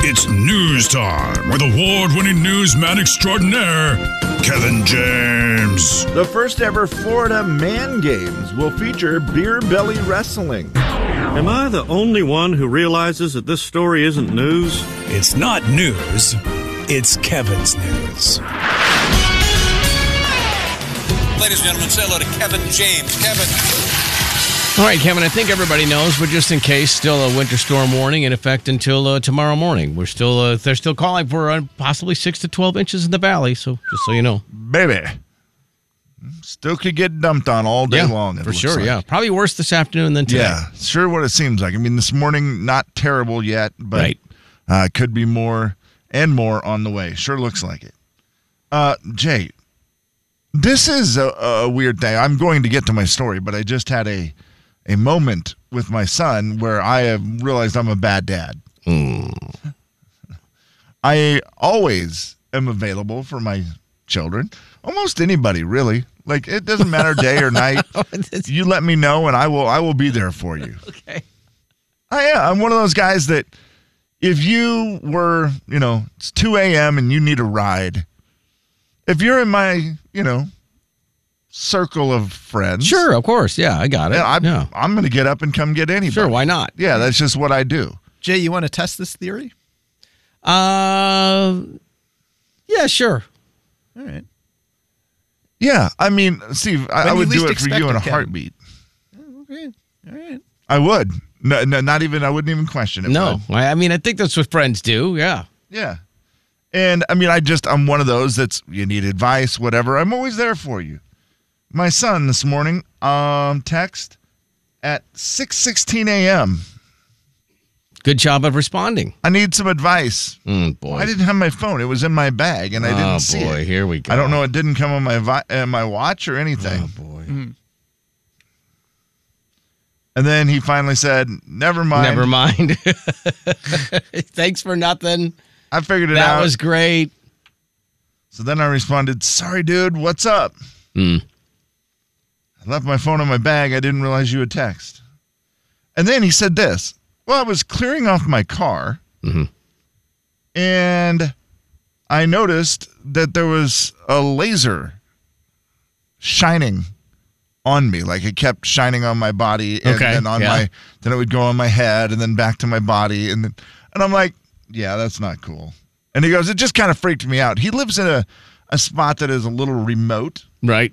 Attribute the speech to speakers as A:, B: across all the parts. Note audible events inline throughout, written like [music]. A: It's news time with award winning newsman extraordinaire, Kevin James.
B: The first ever Florida Man Games will feature beer belly wrestling.
C: Am I the only one who realizes that this story isn't news?
D: It's not news, it's Kevin's news.
E: Ladies and gentlemen, say hello to Kevin James. Kevin.
F: All right, Kevin, I think everybody knows, but just in case, still a winter storm warning in effect until uh, tomorrow morning. We're still uh, they're still calling for uh, possibly 6 to 12 inches in the valley, so just so you know.
B: Baby. Still could get dumped on all day
F: yeah,
B: long. it
F: for
B: looks
F: sure,
B: like.
F: yeah. Probably worse this afternoon than today. [laughs]
B: Yeah. Sure what it seems like. I mean, this morning, not terrible yet, but
F: Right.
B: uh, could be more and more on the way. Sure looks like it. Uh, Jay, this is a, a weird day. I'm going to get to my story, but I just had a, a moment with my son where I have realized I'm a bad dad. [laughs] I always am available for my children. Almost anybody, really. Like it doesn't matter day or night.
F: Oh,
B: [laughs] you let me know, and I will. I will be there for
G: [laughs]
B: you.
F: Okay.
B: I am. I'm one of those guys that if you were, you know, it's 2 a.m. and you need a ride, if you're in my, you know, circle of friends,
F: Sure, of course. Yeah, I got it.
B: yeah, I'm,
F: yeah.
B: I'm going to get up and come get anybody.
F: Sure, why not?
B: Yeah, that's just what I do.
G: Jay, you want to test this theory?
F: Uh, yeah, sure.
G: All right.
B: Yeah, I mean, Steve, I,
G: When
B: I
G: you
B: would do
G: least
B: it for
G: expect
B: you in
G: it,
B: a
G: Kevin. Oh,
B: heartbeat.
G: Okay. All right.
B: I would. No, no, not even. I wouldn't even question it.
F: No,
B: bud.
F: I, I mean, I think that's what friends do. Yeah.
B: Yeah. And I mean, I just, I'm one of those that's, you need advice, whatever. I'm always there for you. My son this morning, um, text at 6.16 a.m.
F: Good job of responding.
B: I need some advice.
F: Mm, boy.
B: I didn't have my phone. It was in my bag and I didn't
F: oh,
B: see
F: boy.
B: it.
F: Here we go.
B: I don't know. It didn't come on my, vi- uh, my watch or anything.
F: Oh, boy.
B: And then he finally said, never mind.
F: Never mind. [laughs] Thanks for nothing.
B: I figured it
F: That
B: out.
F: was great.
B: So then I responded, Sorry, dude, what's up?
F: Hmm.
B: I left my phone in my bag. I didn't realize you had text. And then he said this Well, I was clearing off my car
F: Mhm.
B: and I noticed that there was a laser shining on me. Like it kept shining on my body and
F: Okay,
B: then on
F: yeah.
B: my, then it would go on my head and then back to my body. And, then, and I'm like, Yeah, that's not cool. And he goes, It just kind of freaked me out. He lives in a, a spot that is a little remote.
F: Right.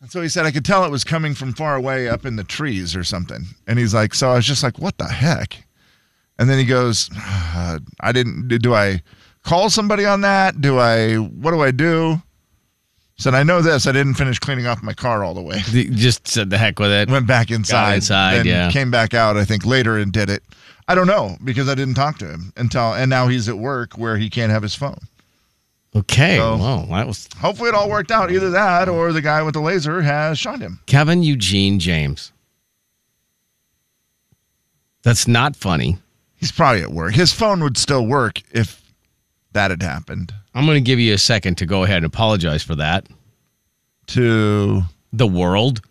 B: And so he said, I could tell it was coming from far away up in the trees or something. And he's like, So I was just like, What the heck? And then he goes, "Ah, I didn't, do I call somebody on that? Do I, what do I do? Said, I know this. I didn't finish cleaning off my car all the way. [laughs]
F: Th- Just said the heck with it.
B: Went back inside.
F: inside,
B: then
F: yeah.
B: Came back out, I think, later and did it. I don't know because I didn't talk to him until, and now he's at work where he can't have his phone.
F: Okay.
B: So-
F: well, that was
B: Hopefully it all worked out. Either that or the guy with the laser has shot him.
F: Kevin Eugene James. That's not funny.
B: He's probably at work. His phone would still work if that had happened.
F: I'm going to give you a second to go ahead and apologize for that.
B: To
F: The world.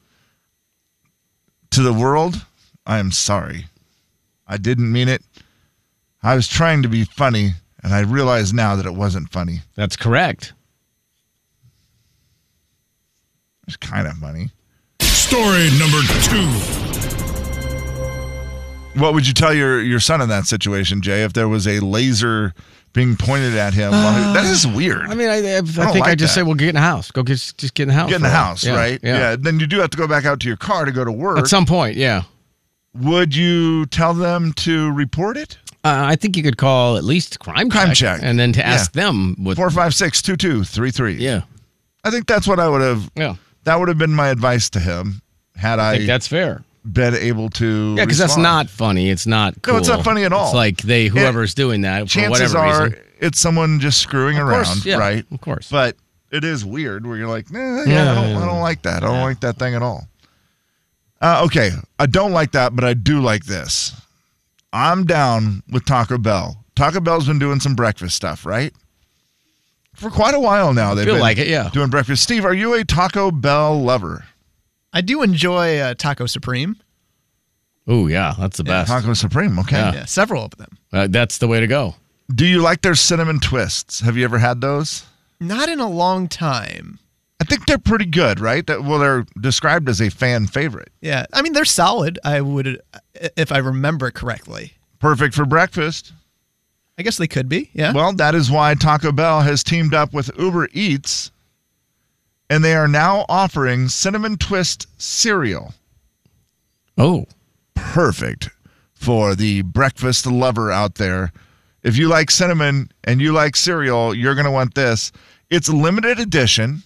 B: to the world, I am sorry. I didn't mean it. I was trying to be funny, and I realize now that it wasn't funny. It
F: That's correct.
B: was kind of funny.
A: Story number two.
B: What would you tell your, your son in that situation, Jay, if there was a laser being pointed at him? while he- that is weird.
F: I mean, I, I, I think I
B: like
F: just
B: that.
F: say, well, get in the house. Go get just get in the house.
B: Get in
F: for
B: the
F: a while.
B: house,
F: Yeah,
B: right?
F: Yeah.
B: Then you do have to go back out to your car to go to work.
F: At some point, yeah.
B: would you tell them to report it?
F: Uh, I think you could call at least crime
B: Crime
F: check,
B: check.
F: and then to ask them what.
B: Four five six two two three three.
F: yeah.
B: I think that's what I would have.
F: Yeah.
B: That would have been my advice to him had
F: I
B: I,
F: think that's fair.
B: been able to.
F: Yeah, because that's
B: respond.
F: not funny. It's not. Cool.
B: No, it's not funny at all.
F: It's like they whoever's doing that for
B: Chances
F: whatever
B: are
F: reason.
B: it's someone just screwing
F: Of
B: around,
F: course, yeah,
B: right?
F: Of course.
B: But it is weird where you're like, nah, yeah, I, don't, I
F: Yeah.
B: don't like that. I don't like that thing at all. Uh, okay, I don't like that, but I do like this. I'm down with Taco Bell. Taco Bell's been doing some breakfast stuff, right? For quite a while now, they've
F: feel
B: been
F: like it, yeah.
B: doing breakfast. Steve, are you a Taco Bell lover?
G: I do enjoy uh, Taco Supreme.
F: Oh yeah, that's the best.
B: Taco Supreme, okay.
F: Yeah.
G: Yeah, several of them.
F: Uh, that's the way to go.
B: Do you like their cinnamon twists? Have you ever had those?
G: Not in a long time.
B: I think they're pretty good, right? That, well, they're described as a fan favorite.
G: Yeah, I mean they're solid. I would, if I remember correctly.
B: Perfect for breakfast.
G: I guess they could be. Yeah.
B: Well, that is why Taco Bell has teamed up with Uber Eats and they are now offering cinnamon twist cereal.
F: Oh,
B: Perfect for the breakfast lover out there. If you like cinnamon and you like cereal, you're going to want this. It's a limited edition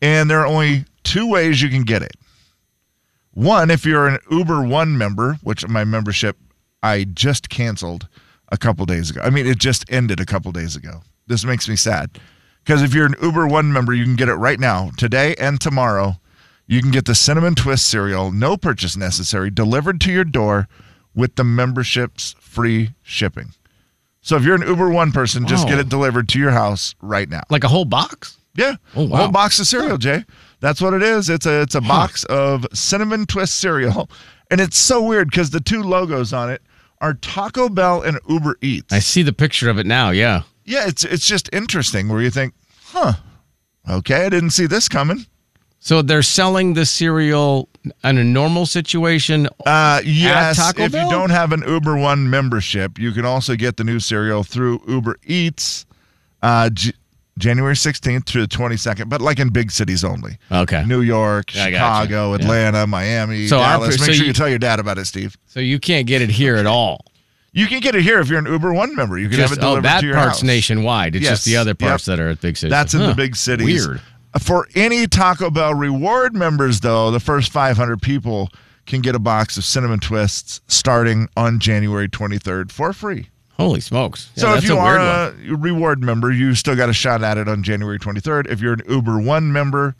B: and there are only two ways you can get it. One, if you're an Uber One member, which my membership I just canceled a couple days ago. I mean, it just ended a couple days ago. This makes me sad because if you're an Uber One member, you can get it right now, today and tomorrow. You can get the cinnamon twist cereal, no purchase necessary, delivered to your door with the membership's free shipping. So if you're an Uber One person, just
F: Wow.
B: get it delivered to your house right now.
F: like a whole box?
B: Yeah.
F: Oh,
B: a
F: wow.
B: Whole box of cereal, Jay. That's what it is. It's a it's a box of cinnamon twist cereal. And it's so weird because the two logos on it are Taco Bell and Uber Eats.
F: I see the picture of it now. Yeah.
B: Yeah, it's it's just interesting where you think, huh. Okay, I didn't see this coming.
F: So they're selling the cereal in a normal situation.
B: Uh yes,
F: Taco
B: if
F: Bell?
B: you don't have an Uber One membership, you can also get the new cereal through Uber Eats uh J- January 16th through the 22nd, but like in big cities only.
F: Okay.
B: New York,
F: Yeah, I gotcha.
B: Chicago,
F: Yeah.
B: Atlanta, Miami,
F: So our-
B: Dallas.
F: so
B: Make sure
F: you-
B: you tell your dad about it, Steve.
F: So you can't get it here at all.
B: You can get it here if you're an Uber One member. You can
F: Just,
B: have it
F: oh,
B: delivered
F: that
B: to your
F: part's
B: house.
F: nationwide. It's just
B: Yes.
F: the other parts
B: Yep.
F: that are at big cities.
B: That's in
F: Huh.
B: the big cities.
F: Weird.
B: For any Taco Bell reward members, though, the first 500 people can get a box of cinnamon twists starting on January 23rd for free.
F: Holy smokes. Yeah,
B: so if
F: that's
B: you
F: a
B: are uh,
F: weird
B: a reward member, you still got a shot at it on January 23rd. If you're an Uber One member,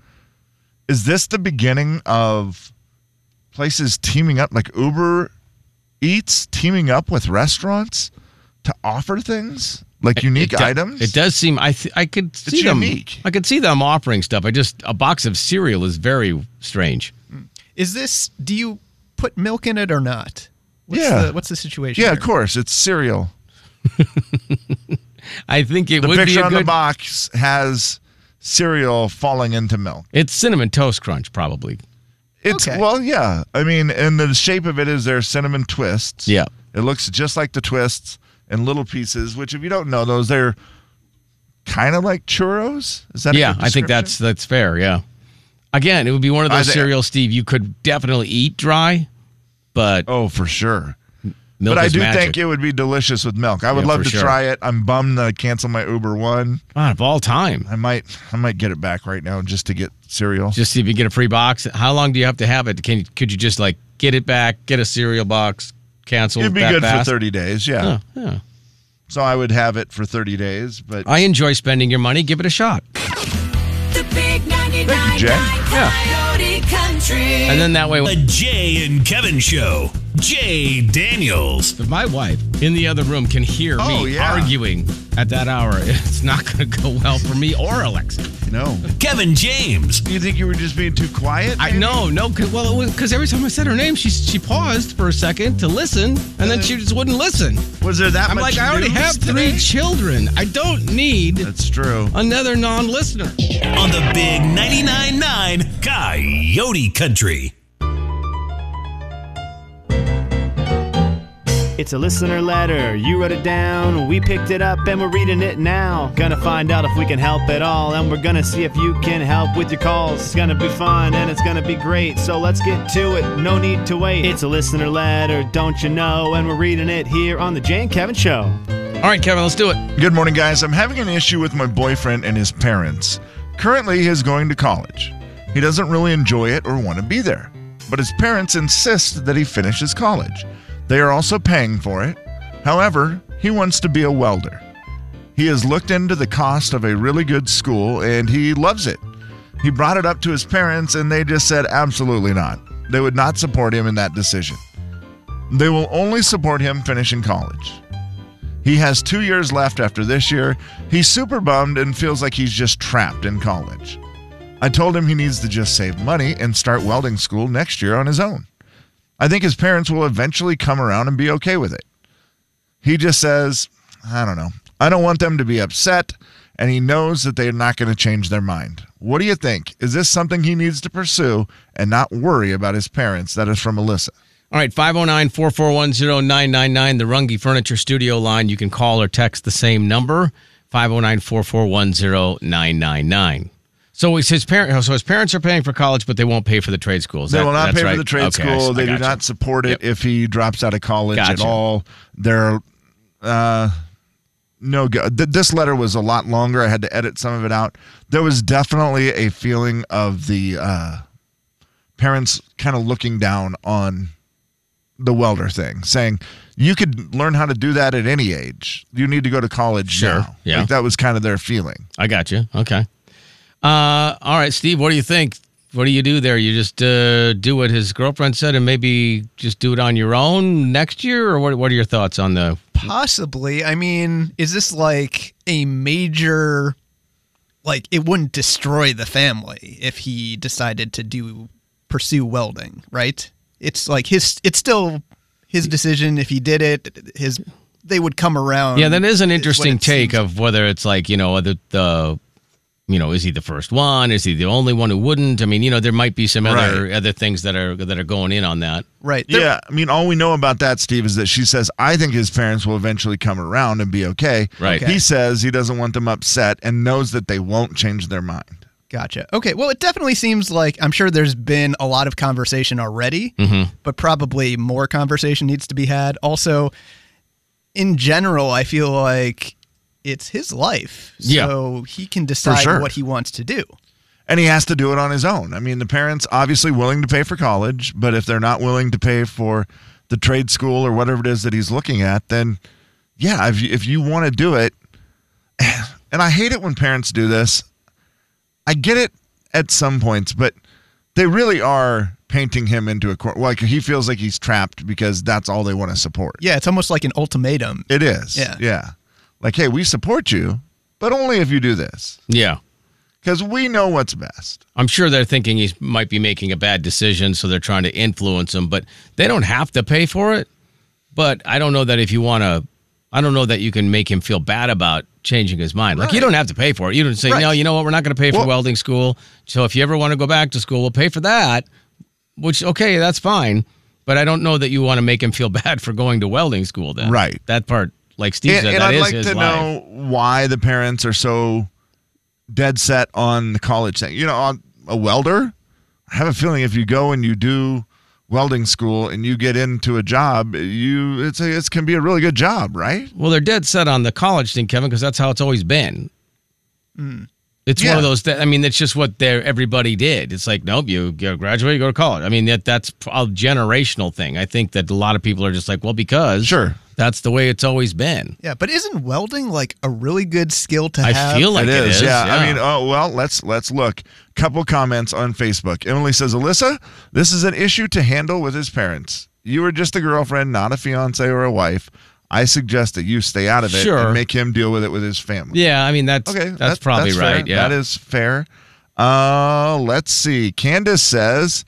B: is this the beginning of places teaming up, like Uber Eats teaming up with restaurants to offer things like unique
F: it do-
B: items?
F: It does seem I th- I could see them.
B: unique.
F: I could see them offering stuff. I just a box of cereal is very strange.
G: Is this? Do you put milk in it or not? What's
B: Yeah.
G: The, what's the situation?
B: Yeah, of
G: here?
B: course. It's cereal.
F: I think it
B: The
F: would be
B: picture
F: a
B: on the
F: good.
B: box has cereal falling into milk.
F: It's cinnamon toast crunch probably.
B: It's
G: Okay.
B: well, yeah. I mean, and the shape of it is their cinnamon twists.
F: Yeah.
B: it looks just like the twists in little pieces. Which, if you don't know those, they're kind of like churros. Is that? a
F: yeah,
B: good
F: I think that's
B: description?
F: that's fair. Yeah. Again, it would be one of
B: I
F: those
B: think-
F: cereals, Steve. You could definitely eat dry, but
B: Oh, for sure.
F: milk
B: but I
F: is
B: do
F: magic.
B: think it would be delicious with milk. I would
F: Yeah,
B: love
F: for
B: to
F: sure.
B: try it. I'm bummed that I canceled my Uber one.
F: God, of all time.
B: I might, I might get it back right now just to get cereal.
F: Just see if you get a free box. How long do you have to have it? Can you, could you just like get it back, get a cereal box, cancel?
B: It'd be
F: that
B: good
F: fast?
B: for 30 days. Yeah.
F: Yeah, yeah.
B: So I would have it for 30 days, but
F: I enjoy spending your money. Give it a shot.
H: The big 99
B: Thank you, Jay.
H: Coyote Country.
F: And then that way,
D: The Jay and Kevin Show. Jay Daniels.
F: if my wife in the other room can hear
B: Oh,
F: me
B: yeah.
F: arguing at that hour, [laughs] it's not going to go well for me or Alexa.
B: no.
D: Kevin James.
B: You think you were just being too quiet?
F: I no, no. Cause, well, it was because every time I said her name, she she paused for a second to listen, and then she just wouldn't listen.
B: Was there that
F: I'm
B: much
F: like, I already
B: news
F: have
B: today? [laughs]
F: three children. I don't need
B: That's true.
F: another non-listener.
D: on the big 99.9 Coyote Country.
I: It's a listener letter. You wrote it down. We picked it up and we're reading it now. Gonna find out if we can help at all. And we're gonna see if you can help with your calls. It's gonna be fun and it's gonna be great. So let's get to it. No need to wait. It's a listener letter, don't you know? And we're reading it here on The Jane Kevin Show.
F: All right, Kevin, let's do it.
B: Good morning, guys. I'm having an issue with my boyfriend and his parents. Currently, he is going to college. He doesn't really enjoy it or want to be there, but his parents insist that he finish his college. They are also paying for it. However, he wants to be a welder. He has looked into the cost of a really good school and he loves it. He brought it up to his parents and they just said absolutely not. They would not support him in that decision. They will only support him finishing college. He has two years left after this year. He's super bummed and feels like he's just trapped in college. I told him he needs to just save money and start welding school next year on his own. I think his parents will eventually come around and be okay with it. He just says, I don't know. I don't want them to be upset, and he knows that they're not going to change their mind. What do you think? Is this something he needs to pursue and not worry about his parents? That is from Alyssa.
F: All right, 509 441 999, the Runge Furniture Studio line. You can call or text the same number, 509 441 999. So it's his parent. So his parents are paying for college, but they won't pay for the trade school. Is
B: They
F: that-
B: will not
F: that's
B: pay
F: right?
B: for the trade
F: Okay, I s-
B: school.
F: I
B: They do
F: gotcha.
B: not support it if he drops out of college at
F: Gotcha.
B: all. They're uh, no go. Th- this letter was a lot longer. I had to edit some of it out. There was definitely a feeling of the uh, parents kind of looking down on the welder thing, saying you could learn how to do that at any age. You need to go to college
F: Sure,
B: now.
F: yeah.
B: Like that was kind of their feeling.
F: I got you. Okay. Uh, all right, Steve. What do you think? What do you do there? You just uh, do what his girlfriend said, and maybe just do it on your own next year, or what? What are your thoughts on the?
G: Possibly. I mean, is this like a major like it wouldn't destroy the family if he decided to do pursue welding, right? It's like his it's still his decision if he did it, his they would come around.
F: Yeah, that is an
G: Um, what
F: interesting
G: it
F: take
G: seems.
F: of whether it's like you know the the. You know, is he the first one? Is he the only one who wouldn't? I mean, you know, there might be some other other things that are that are going in on that.
G: right. There-
B: yeah, I mean, all we know about that, Steve, is that she says, I think his parents will eventually come around and be okay.
F: Right.
B: He says he doesn't want them upset and knows that they won't change their mind.
G: Gotcha. Okay. Well, it definitely seems like I'm sure there's been a lot of conversation already,
F: Mm-hmm.
G: but probably more conversation needs to be had. Also, in general, I feel like it's his life.
F: Yeah.
G: So he can decide
B: sure.
G: what he wants to do.
B: And he has to do it on his own. I mean, the parents obviously willing to pay for college, but if they're not willing to pay for the trade school or whatever it is that he's looking at, then yeah, if you, if you want to do it, [sighs] and I hate it when parents do this. I get it at some points, but they really are painting him into a corner. Like he feels like he's trapped because that's all they want to support.
G: Yeah. It's almost like an ultimatum.
B: It is.
G: Yeah.
B: Yeah. Like, hey, we support you, but only if you do this
F: Yeah,
B: because we know what's best.
F: I'm sure they're thinking he might be making a bad decision, so they're trying to influence him. But they don't have to pay for it. But I don't know that if you want to, I don't know that you can make him feel bad about changing his mind. Like you don't have to pay for it. You don't say,
G: Right.
F: no, you know what? We're not going to pay for
B: Well-
F: welding school. So if you ever want to go back to school, we'll pay for that. Which okay, that's fine. But I don't know that you want to make him feel [laughs] bad for going to welding school. Then
B: Right.
F: That part, like Steve
B: and
F: said,
B: and
F: that
B: I'd
F: is
B: like
F: his
B: to
F: life.
B: know why the parents are so dead set on the college thing. You know, on a welder, I have a feeling if you go and you do welding school and you get into a job, you it's a, it can be a really good job, right?
F: Well, they're dead set on the college thing, Kevin, because that's how it's always been. It's one
B: Hmm. Yeah.
F: of those. That, I mean, that's just what they're, everybody did. It's like, nope, you go graduate, you go to college. I mean, that that's a generational thing. I think that a lot of people are just like, well, because
B: Sure.
F: that's the way it's always been.
G: Yeah. But isn't welding like a really good skill to
F: I
G: have?
F: feel like it is.
B: Yeah. I mean, oh well, let's let's look. Couple comments on Facebook. Emily says, Alyssa, this is an issue to handle with his parents. You were just a girlfriend, not a fiance or a wife. I suggest that you stay out of it
F: Sure.
B: and make him deal with it with his family.
F: yeah. I mean, that's
B: Okay,
F: that's
B: that-
F: probably
B: fair.
F: right. Yeah,
B: that is fair. Uh, let's see. Candace says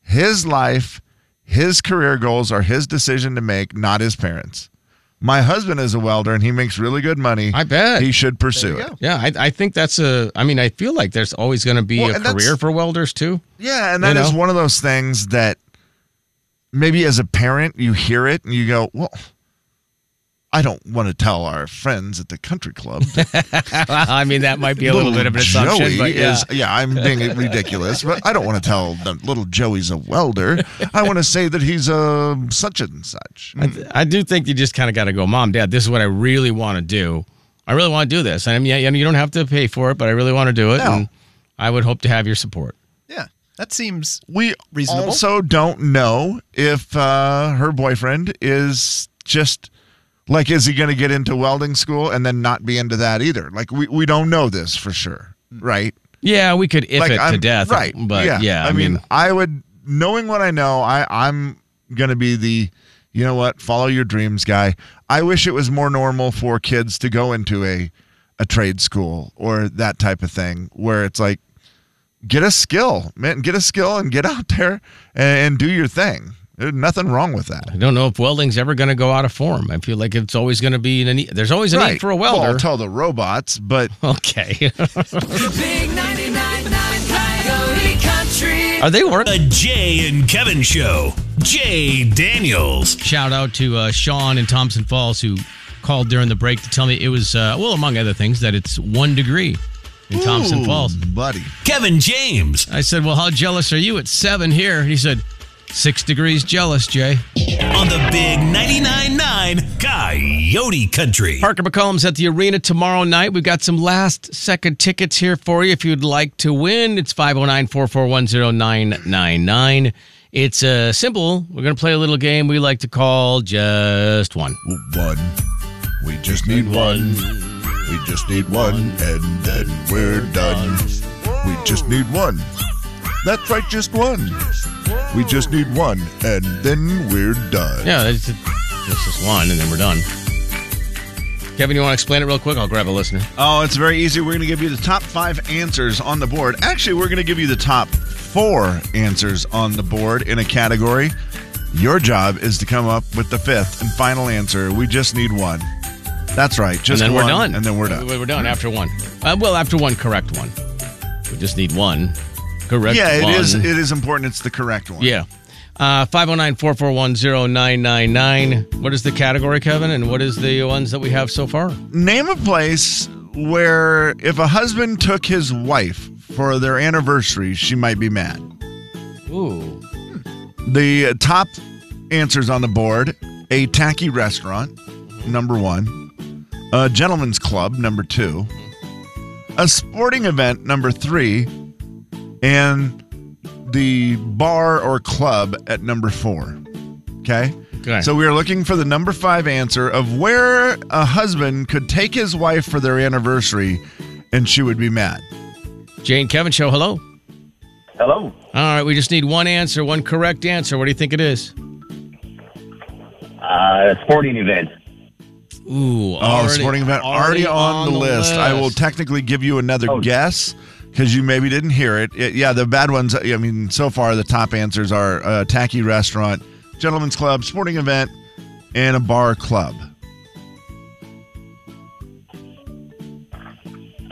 B: his life, his career goals are his decision to make, not his parents. My husband is a welder and he makes really good money.
F: I bet.
B: he should pursue it.
F: yeah. I, I think that's a. I mean, I feel like there's always going to be
B: Well,
F: a
B: and that's-
F: career for welders too. [laughs]
B: Yeah, and
F: You
B: that is
F: know?
B: one of those things that maybe as a parent you hear it and you go, "Well, I don't want to tell our friends at the country club." that
F: I mean, that might be a little, bit of an assumption,
B: Joey
F: but yeah.
B: is yeah, I'm
F: [laughs]
B: being ridiculous, but I don't want to tell them little Joey's a welder. I want to say that he's a such and such.
F: I, th- I do think you just kind of got to go, mom, dad. This is what I really want to do. I really want to do this. And I mean, yeah, you know, you don't have to pay for it, but I really want to do it.
B: No.
F: And I would hope to have your support.
G: Yeah. That seems
B: We
G: Reasonable.
B: also don't know if uh, her boyfriend is just like, is he going to get into welding school and then not be into that either? Like, we, we don't know this for sure, right?
F: Yeah, we could if
B: like,
F: it to
B: I'm-
F: death,
B: right?
F: But yeah,
B: I, mean, I would knowing what I know, I I'm gonna be the you know what follow your dreams guy. I wish it was more normal for kids to go into a a trade school or that type of thing where it's like get a skill, man, get a skill and get out there and, and do your thing. There's nothing wrong with that.
F: I don't know if welding's ever going to go out of form. I feel like it's always going to be an need. There's always a need for a
B: Well,
F: welder.
B: tell the robots, but
F: okay.
H: The big 99.9 Coyote Country.
F: Are they working?
D: The Jay and Kevin Show. Jay Daniels.
F: Shout out to uh, Sean in Thompson Falls who called during the break to tell me it was, uh, well, among other things, that it's one degree in [laughs] Thompson
B: Ooh,
F: Falls.
B: buddy.
D: Kevin James.
F: I said, well, how jealous are you? It's seven here. And he said, six degrees jealous, Jay.
D: On the big 99.9 Coyote Country.
F: Parker McCollum's at the arena tomorrow night. We've got some last second tickets here for you if you'd like to win. It's 509 441 999 It's uh, simple. We're going to play a little game we like to call Just One.
A: One. We just need one. We just need one, and then we're done.
B: We just need one. That's right, just one. We just need one, and then we're done.
F: Yeah, that's, that's just one, and then we're done. Kevin, you want to explain it real quick? I'll grab a listener.
B: Oh, it's very easy. We're going to give you the top five answers on the board. Actually, we're going to give you the top four answers on the board in a category. Your job is to come up with the fifth and final answer. We just need one. That's right. Just
F: and then
B: one,
F: we're done.
B: And then we're done.
F: We're done after one. Uh, well, after one correct one. We just need one correct
B: Yeah,
F: one.
B: it is. It is important. It's the correct one.
F: Yeah. Uh, 509-441-0999. What is the category, Kevin? And what is the ones that we have so far?
B: Name a place where if a husband took his wife for their anniversary, she might be mad.
F: Ooh.
B: The top answers on the board a tacky restaurant, number one, a gentleman's club, number two, a sporting event, number three, and the bar or club at number four. Okay.
F: Okay.
B: So we are looking for the number five answer of where a husband could take his wife for their anniversary and she would be mad.
F: Jane Kevin show, hello. Hello. All right, we just need one answer, one correct answer. What do you think it is?
J: Uh, sporting event.
F: Ooh,
B: Oh, sporting event already, on, the, list. I will technically give you another guess because you maybe didn't hear it. It- Yeah, the bad ones. I mean, so far the top answers are uh, tacky restaurant, gentleman's club, sporting event, and a bar club.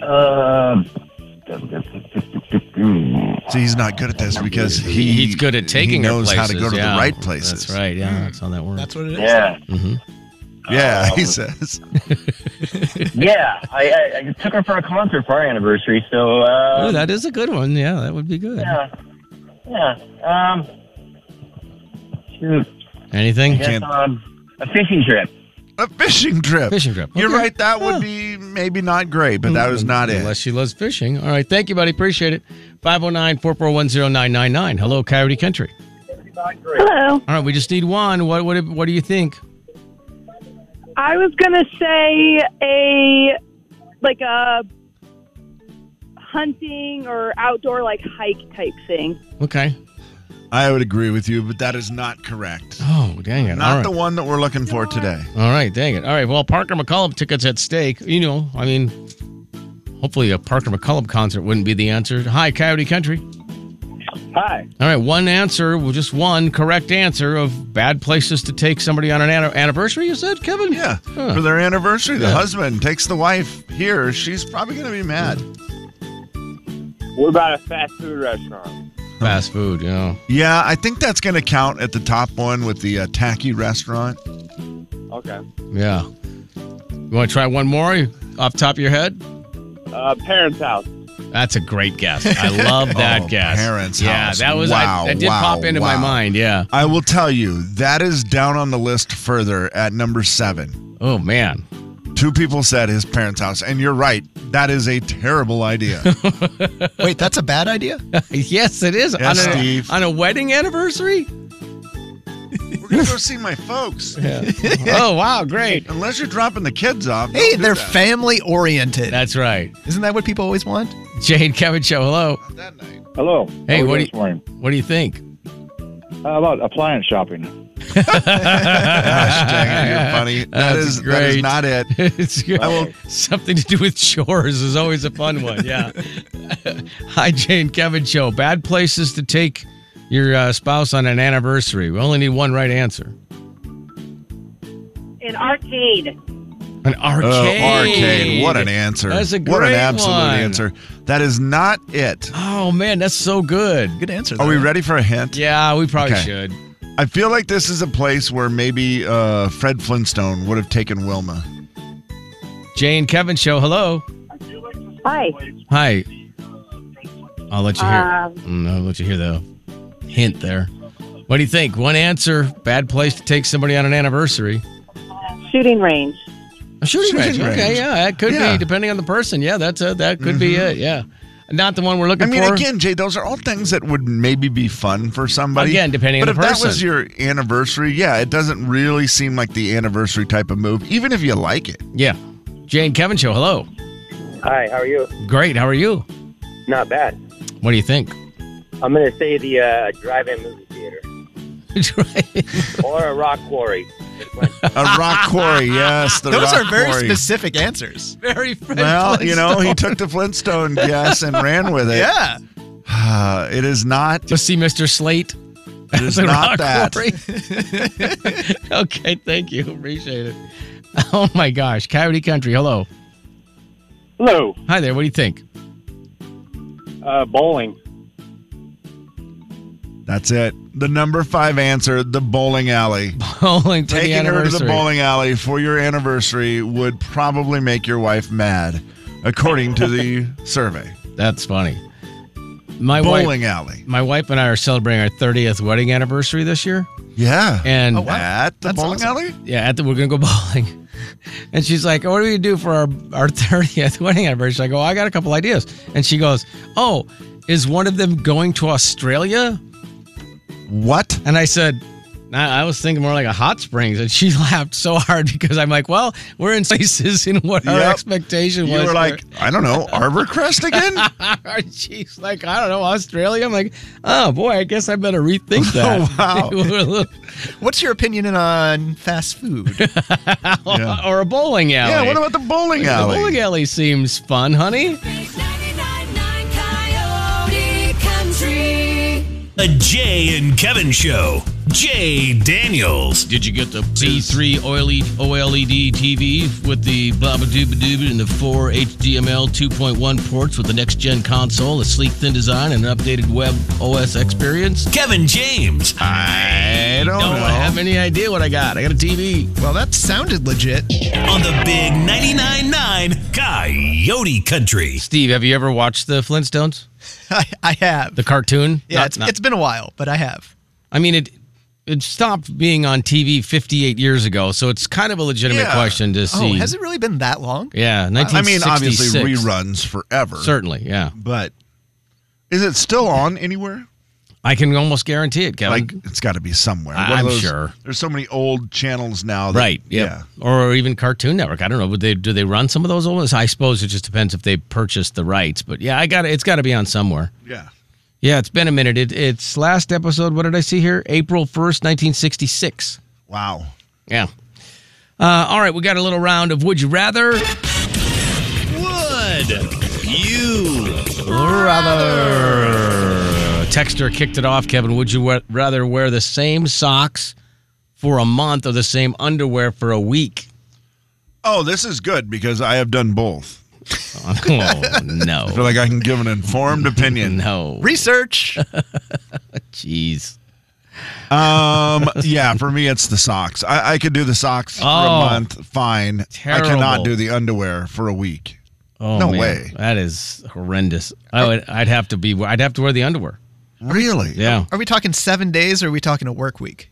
J: Uh,
B: See, he's not good at this because he
F: He's good at taking
B: He
F: her
B: knows how to go
F: places,
B: to
F: yeah.
B: the right places.
F: That's right. Yeah, that's how that works.
G: That's what it is.
J: yeah,
B: Yeah, he says.
J: yeah. I, I, I took her for a concert for our anniversary, so uh,
F: Ooh, that is a good one. Yeah, that would be good.
J: yeah, yeah. Um, shoot,
F: Anything?
J: guess,
B: Can't-
J: um, a fishing trip.
B: A fishing trip.
F: Fishing trip.
B: You're
F: Okay.
B: right. That
F: Yeah.
B: would be maybe not great, but that was not it.
F: Unless she loves fishing. All right. Thank you, buddy. Appreciate it. 509 441 0999. Hello, Coyote Country.
K: Hello.
F: All right. We just need one. What What, what do you think?
K: I was gonna say a like a hunting or outdoor like hike type thing.
F: Okay.
B: I would agree with you, but that is not correct.
F: Oh, dang it.
B: Not
F: All right.
B: the one that we're looking for today.
F: All right. Dang it. All right. Well, Parker McCollum tickets at stake. You know, I mean, hopefully a Parker McCollum concert wouldn't be the answer. Hi, Coyote Country.
J: Hi.
F: All right. One answer, well, just one correct answer of bad places to take somebody on an anni- anniversary, you said, Kevin?
B: Yeah,
F: Huh.
B: for their anniversary, the
F: Yeah.
B: husband takes the wife here. She's probably going to be mad.
J: What about a fast food restaurant?
F: Fast food, you know.
B: Yeah, I think that's going to count at the top one with the uh, tacky restaurant.
J: Okay.
F: Yeah. You want to try one more off the top of your head?
J: Uh, parents' house.
F: That's a great guess. I love that
B: [laughs] Oh,
F: guess.
B: parents'
F: yeah,
B: house.
F: that was I-
B: Wow,
F: that did
B: wow,
F: pop into my
B: wow.
F: mind. Yeah.
B: I will tell you, that is down on the list further at number seven.
F: Oh man.
B: Two people said his parents' house, and you're right. That is a terrible idea.
G: Wait, that's a
F: [laughs]
G: bad idea?
F: yes, it is
B: Yes,
F: on, a,
B: Steve.
F: on a
B: [laughs]
F: wedding anniversary.
B: [laughs] We're going to go see my folks.
F: oh wow, great.
B: Unless you're dropping the kids off. don't
G: Hey,
B: do
G: they're
B: that.
G: family oriented.
F: That's right.
G: Isn't that what people always want?
F: Jane Kevin show. Hello.
B: That night.
J: Hello.
F: Hey,
J: How we
F: what do
J: doing
F: you-
J: this morning?
F: What do you think? [laughs]
J: How about appliance shopping?
B: Gosh, dang it, you're
F: [laughs]
B: funny. That
F: That's
B: is, that is
F: great.
B: not it.
F: it's good.
J: I will-
F: Something to do with chores is [laughs] always a fun one. Yeah. Hi, Jane Kevin show. Bad places to take your uh, spouse on an anniversary? We only need one right answer.
L: An arcade.
F: An arcade.
B: Oh, arcade. What an answer.
F: That's a
B: What an
F: great
B: absolute
F: one.
B: answer. That is not it.
F: Oh man, that's so good.
G: Good answer.
B: Are we ready for a hint?
F: Yeah, we probably
B: Okay.
F: should.
B: I feel like this is a place where maybe uh, Fred Flintstone would have taken Wilma.
F: Jay and Kevin show. Hello.
L: Hi.
F: Hi. I'll let you hear.
L: Um,
F: Mm, I'll let you hear the hint there. What do you think? One answer. Bad place to take somebody on an anniversary.
L: Shooting range.
F: A shooting,
B: Shooting
F: range.
B: range.
F: Okay, yeah, that could
B: Yeah. Mm-hmm.
F: be depending on the person. Yeah, that's a, that could be it. Yeah, not the one we're
B: I
F: looking
B: mean,
F: for.
B: again, Jay, those are all things that would maybe be fun for somebody.
F: Again, depending on
B: but
F: the
B: if that
F: person.
B: was your anniversary, yeah, it doesn't really seem like the anniversary type of move, even if you like it.
F: Yeah, Jane Kevin show. Hello.
J: Hi, how are you?
F: Great. How are you?
J: Not bad.
F: What do
B: [laughs]
F: you think? [laughs]
J: I'm going to say the uh, drive-in movie theater or a rock quarry.
B: A rock quarry, yes.
F: [laughs]
B: The
G: Those
B: rock
G: are very
B: quarry.
G: specific answers.
F: Very friendly.
B: Well, you know, he took the Flintstone guess and ran with it.
G: Yeah.
B: Uh, it is not.
F: to see Mr. Slate. [laughs]
B: It is
F: The
B: not
F: rock
B: that.
F: quarry. [laughs] okay, thank you. Appreciate it. [laughs] Oh my gosh, Coyote Country. Hello.
J: Hello,
F: Hi there. What do you think? [laughs]
J: uh, bowling.
B: That's it. The number five answer, the bowling alley.
F: Bowling for the
B: Taking her to the
F: anniversary.
B: bowling alley for your anniversary would probably make your wife mad, according to
F: [laughs]
B: the survey.
F: That's funny. My wife,
B: bowling alley.
F: my wife and I are celebrating our 30th wedding anniversary this year,
B: Yeah.
F: and
B: At the
G: That's
B: bowling
G: awesome.
B: alley?
F: yeah, at the, we're gonna go [laughs] bowling. And she's like, "Oh, "What do we do for our our [laughs] 30th wedding anniversary?" I go, "I got a couple ideas," and she goes, "Oh, is one of them going to Australia?"
B: What?
F: And I said, I I was thinking more like a hot springs. And she [laughs] laughed so hard because I'm like, well, we're in places in what our
B: Yep.
F: expectation
B: You
F: was.
B: were
F: [laughs]
B: like, I don't know, Arborcrest again?
F: she's like, I don't know, Australia. I'm like, oh boy, I guess I
B: [laughs]
F: better rethink that.
B: Oh,
F: [laughs]
B: wow.
F: We're a little-
G: What's your opinion on fast food?
B: [laughs] Yeah.
F: or a bowling
B: [laughs]
F: alley.
B: yeah, what about the bowling
F: the
B: alley?
F: bowling alley seems fun, honey.
H: Big 99.9 Coyote Country.
D: The Jay and Kevin Show. Jay Daniels.
F: Did you get the B3 oily E OLED TV with the blah blah dooba dooba and the four HDMI 2.1 ports with the next gen console, a sleek thin design, and an updated web OS experience?
D: Kevin James.
B: I don't
F: No, I
B: know.
F: have any idea what I got. I got a TV.
G: well, that sounded legit. [laughs]
D: On the big 99.9 Coyote Country.
F: Steve, have you ever watched the Flintstones,
G: I, I have.
F: the cartoon?
G: yeah,
F: Not-
G: it's,
F: not-
G: it's been a while, but I have.
F: I mean it. It stopped being on TV 58 years ago, so it's kind of a legitimate
B: Yeah.
F: question to see.
G: Oh, has it really been that long?
F: yeah,
B: I mean,
F: 1966.
B: obviously reruns forever.
F: Certainly, yeah.
B: But is it still on anywhere?
F: I can almost guarantee it, Kevin.
B: Like it's got to be somewhere.
F: I-
B: One of
F: Um, I'm
B: those-
F: sure.
B: There's so many old channels now. That,
F: Right. Yeah. Or even Cartoon Network. I don't know. Would they do they run some of those old ones? I suppose it just depends if they purchased the rights. But yeah, I got to It's got to be on somewhere.
B: Yeah.
F: Yeah, it's been a minute. It, it's last episode. What did I see here? April first, nineteen sixty six.
B: Wow.
F: Yeah. Uh, all right, we got a little round of Would You Rather.
D: Would you
F: Rather. Texter kicked it off. Kevin, would you wa- rather wear the same socks for a month or the same underwear for a week?
B: Oh, this is good because I have done both. [laughs]
F: Oh no.
B: I feel like I can give an
F: [laughs]
B: informed opinion.
F: no.
B: [laughs]
G: Research.
F: Jeez.
B: Um, yeah, for me it's the socks. I, I could do the socks for
F: Oh.
B: a month, fine. I
F: Terrible.
B: cannot do the underwear for a week.
F: Oh,
B: No
F: man.
B: way.
F: That is horrendous. I would, I'd have to be. I'd have to wear the underwear.
B: Really?
F: Yeah.
G: Are we talking seven days or are we talking a work week?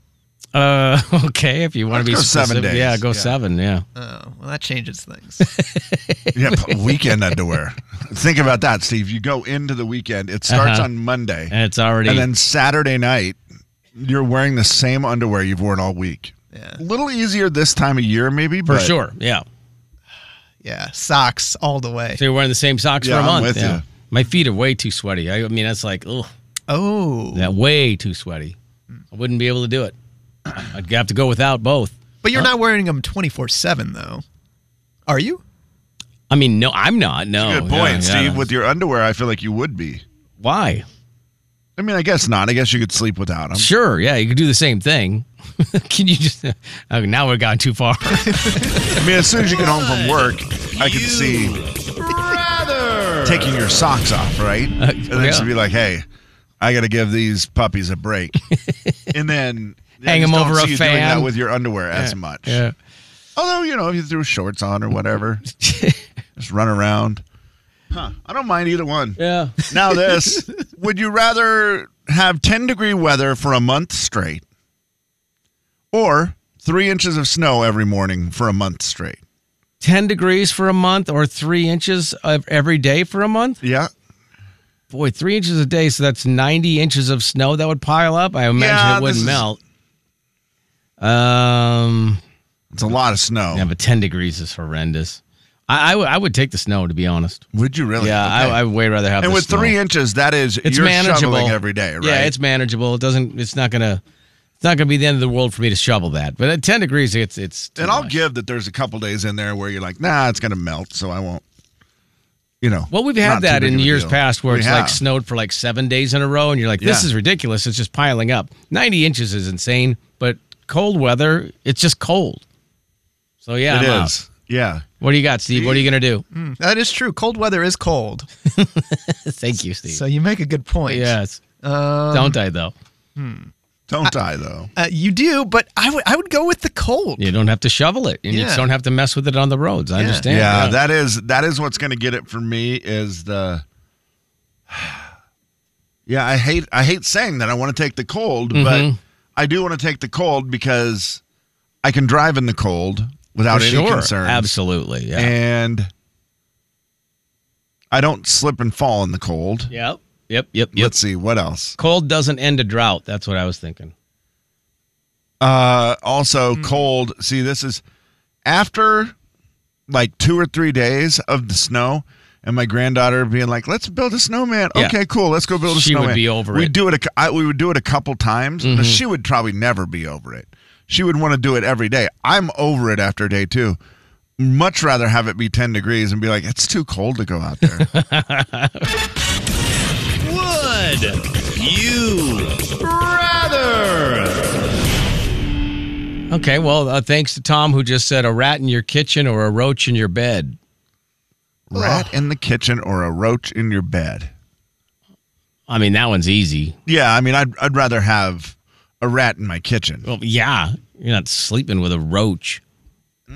F: Uh, [laughs] okay. If you want
B: Let's
F: to be
B: go seven
F: specific,
B: days.
F: yeah, go
B: Yeah.
F: seven. Yeah.
G: Oh, well, that changes things.
B: [laughs] [laughs] Yeah, p- weekend underwear. Think about that, Steve. You go into the weekend. It starts
F: Uh-huh.
B: on Monday.
F: And it's already.
B: And then Saturday night, you're wearing the same underwear you've worn all week.
G: Yeah.
B: A little easier this time of year, maybe.
F: for
B: but
F: sure. Yeah.
G: yeah, socks all the way.
F: So you're wearing the same socks
B: Yeah,
F: for a
B: I'm
F: month.
B: with
F: yeah.
B: you.
F: My feet are way too sweaty. I, I mean, that's like, oh,
G: Oh,
F: that way too sweaty. I wouldn't be able to do it. I'd have to go without both.
G: but you're not wearing them 24 7, though. Are you?
F: I mean, no, I'm not. No.
B: Good point,
F: Oh, Yeah, yeah.
B: Steve. With your underwear, I feel like you would be.
F: Why?
B: I mean, I guess not. I guess you could sleep without them.
F: Sure, yeah, you could do the same thing. [laughs] Can you just? Oh, now we've gone too far. [laughs]
B: I mean, as soon as you get home from work, I could see taking your socks off, right? and then
F: Uh, yeah.
B: she'd be like, "Hey, I got to give these puppies a
F: [laughs]
B: break," and then I
F: Hang 'em
B: just don't
F: over a
B: see you doing
F: fan.
B: that with your underwear as much.
F: yeah.
B: Although you know, if you threw shorts on or
F: [laughs]
B: whatever, just run around. Huh? I don't mind either one.
F: Yeah.
B: Now this, would you rather have 10 degree weather for a month straight or 3 inches of snow every morning for a month straight?
F: 10 degrees for a month or three inches of every day for a month?
B: Yeah.
F: Boy, three inches a day, so that's 90 inches of snow that would pile up. I imagine
B: Yeah,
F: it
B: this
F: wouldn't
B: is-
F: melt. Um,
B: It's a lot of snow.
F: yeah, but 10 degrees is horrendous. I I would- I would take the snow, to be honest.
B: Would you really?
F: Yeah,
B: Okay.
F: I, I would way rather have
B: and
F: the
B: with
F: snow.
B: 3 inches that is
F: it's
B: you're
F: manageable
B: shoveling every day, right?
F: Yeah, it's manageable. It doesn't, it's not going to, it's not going to be the end of the world for me to shovel that. But at 10 degrees, it's, it's, too
B: and I'll
F: much.
B: give that there's a couple days in there where you're like, "Nah, it's going to melt, so I won't." You know.
F: Well, we've
B: not
F: had
B: too
F: that
B: big
F: in
B: of a
F: years
B: deal.
F: past where
B: We
F: it's
B: have.
F: like snowed for like seven days in a row, and you're like, this
B: Yeah.
F: is ridiculous. It's just piling up. 90 inches is insane, but cold weather, it's just cold. So, yeah,
B: It
F: I'm out.
B: is. Yeah.
F: What do you got, Steve? What are you going to do?
G: Hmm, That is true. Cold weather is cold.
F: [laughs] Thank you, Steve.
G: So you make a good point.
F: yes.
G: Um,
F: Don't I, though?
B: Don't I though.
G: uh, you do, but I would I would go with the cold.
F: You don't have to shovel it, and you
G: Yeah.
F: just don't have to mess with it on the roads. I
G: Yeah.
F: understand.
B: yeah, that is that is what's going to get it for me is the. [sighs] Yeah, I hate I hate saying that I want to take the cold,
F: Mhm.
B: but I do want to take the cold because I can drive in the cold without
F: For
B: any
F: sure.
B: concerns,
F: Absolutely. Yeah.
B: and I don't slip and fall in the cold.
F: yep. Yep. Yep. Yep.
B: Let's see what else.
F: cold doesn't end a drought. That's what I was thinking.
B: Uh, also
F: Mm-hmm.
B: cold. See, this is after like two or three days of the snow, and my granddaughter being like, "Let's build a snowman."
F: Yeah.
B: Okay, cool. Let's go build a
F: She would
B: snowman.
F: be over
B: We'd
F: it. Mm-hmm.
B: do it. A, cou- I, we would do it a couple times. Now, she would probably never be over it. She would want to do it every day. I'm over it after day two. Much rather have it be 10 degrees and be like, it's too cold to go out
F: [laughs]
B: there.
D: Would you rather?
F: Okay. Well, uh, thanks to Tom who just said a rat in your kitchen or a roach in your bed.
B: Rat in the kitchen or a roach in your bed.
F: I mean, that one's easy.
B: Yeah, I mean, I'd, I'd rather have a rat in my kitchen.
F: Well, yeah, you're not sleeping with a roach.
G: I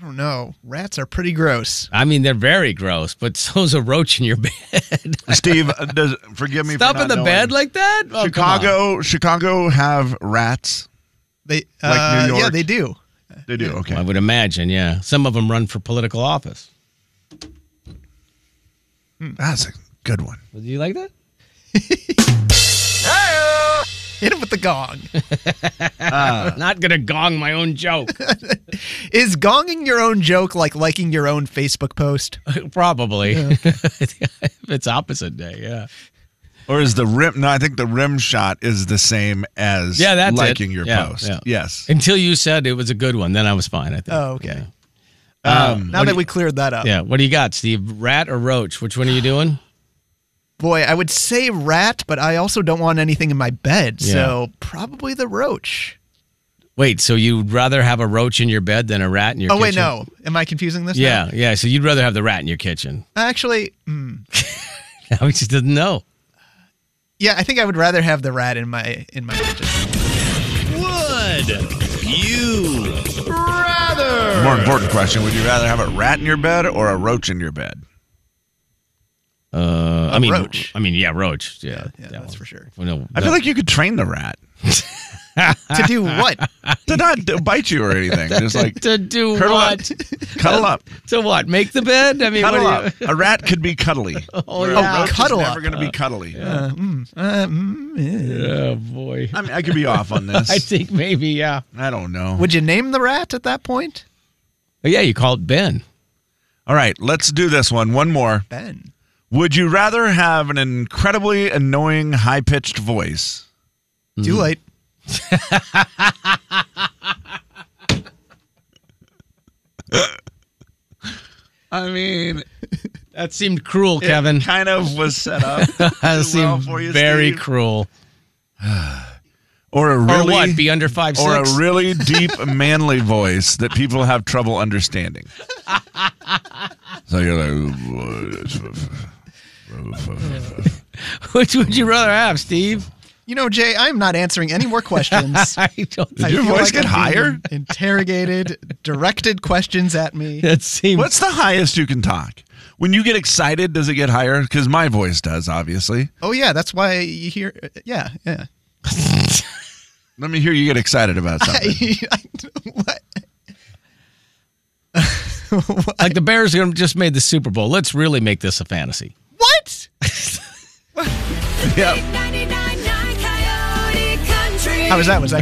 G: don't know. Rats are pretty gross.
F: I mean, they're very gross, but [laughs] so's a roach in your bed.
B: Steve, uh, does, forgive me.
F: Stop
B: for not
F: in the
B: knowing.
F: bed like that? Oh, come on.
B: Chicago, Chicago have rats.
G: They
B: Like
G: uh,
B: New
G: Yeah,
B: York?
G: they do.
B: They do. Okay.
F: I would imagine, yeah. Some of them run for political office.
B: That's a good one.
F: Do you like that?
G: Hit him with the gong.
B: Uh.
F: I'm not gonna gong my own joke.
G: is gonging your own joke like liking your own Facebook post?
F: Probably. [laughs] if it's opposite day, yeah.
B: Or is the rim? No, I think the rim shot is the same as
F: Yeah, that's it.
B: liking your
F: Yeah,
B: post.
F: yeah.
B: Yes.
F: Until you said it was a good one, then I was fine, I think.
G: Oh, okay.
B: Um,
G: Oh, Now that we cleared that up,
F: Yeah. What do you got, Steve? Rat or roach? Which
G: [sighs]
F: one are you doing?
G: boy, I would say rat, but I also don't want anything in my bed,
F: Yeah.
G: so probably the roach.
F: Wait, so you'd rather have a roach in your bed than a rat in your
G: oh wait,
F: kitchen?
G: no, am I confusing this? now?
F: Yeah, yeah. So you'd rather have the rat in your kitchen. [laughs]
G: actually, mm,
F: Now he just doesn't know.
G: yeah, I think I would rather have the rat in my in my kitchen.
B: more important question: Would you rather have a rat in your bed or a roach in your bed?
F: Uh, I
G: A
F: mean,
G: roach.
F: I mean, yeah, roach. Yeah,
G: Yeah,
F: that
G: that's
F: one.
G: for sure.
F: Well, no,
B: I
F: that-
B: feel like you could train the rat
G: to do what?
B: to not d- bite you or anything. Just
F: [laughs]
B: like
F: to do
B: curl up,
F: what?
B: cuddle up,
F: [laughs] to what? Make the bed? I mean,
B: cuddle
F: what are you-
B: up. A rat could be cuddly.
F: [laughs] Oh,
B: Where a
F: yeah.
B: roach is
G: Cuddle
B: never
G: up.
B: going to be cuddly.
G: Uh, mm, uh, mm, eh.
F: Oh boy.
B: I mean, I could be off on this.
F: [laughs] [laughs] I think maybe yeah.
B: I don't know.
G: Would you name the rat at that point?
F: Oh, Yeah, you call it Ben.
B: All right, let's do this one. One more.
G: Ben.
B: Would you rather have an incredibly annoying high pitched voice?
G: Too late.
B: I mean,
F: That seemed cruel, Kevin.
B: kind of was set up.
F: that
B: too well
F: seemed
B: for you,
F: very
B: Steve.
F: cruel.
B: [laughs] Or a really
F: or what? Be under five
B: or
F: six?
B: a really deep manly voice that people have trouble understanding. so you're like
F: [laughs] Which would you rather have, Steve? [laughs]
G: You know, Jay, I'm not answering any more questions.
F: I don't.
G: I
B: Did your
G: feel
B: voice
G: like
B: get
G: I'm
B: higher?
G: being Interrogated, [laughs] directed questions at me.
F: That seemed.
B: What's the highest you can talk? When you get excited, does it get higher? Because my voice does, obviously.
G: Oh yeah, that's why you hear. Yeah, yeah. [laughs]
B: Let me hear you get excited about something.
G: I don't- what?
F: like the Bears are gonna- just made the Super Bowl. Let's really make this a fantasy.
G: What?
B: yep.
H: 99.9 Coyote Country.
G: How was that? Was that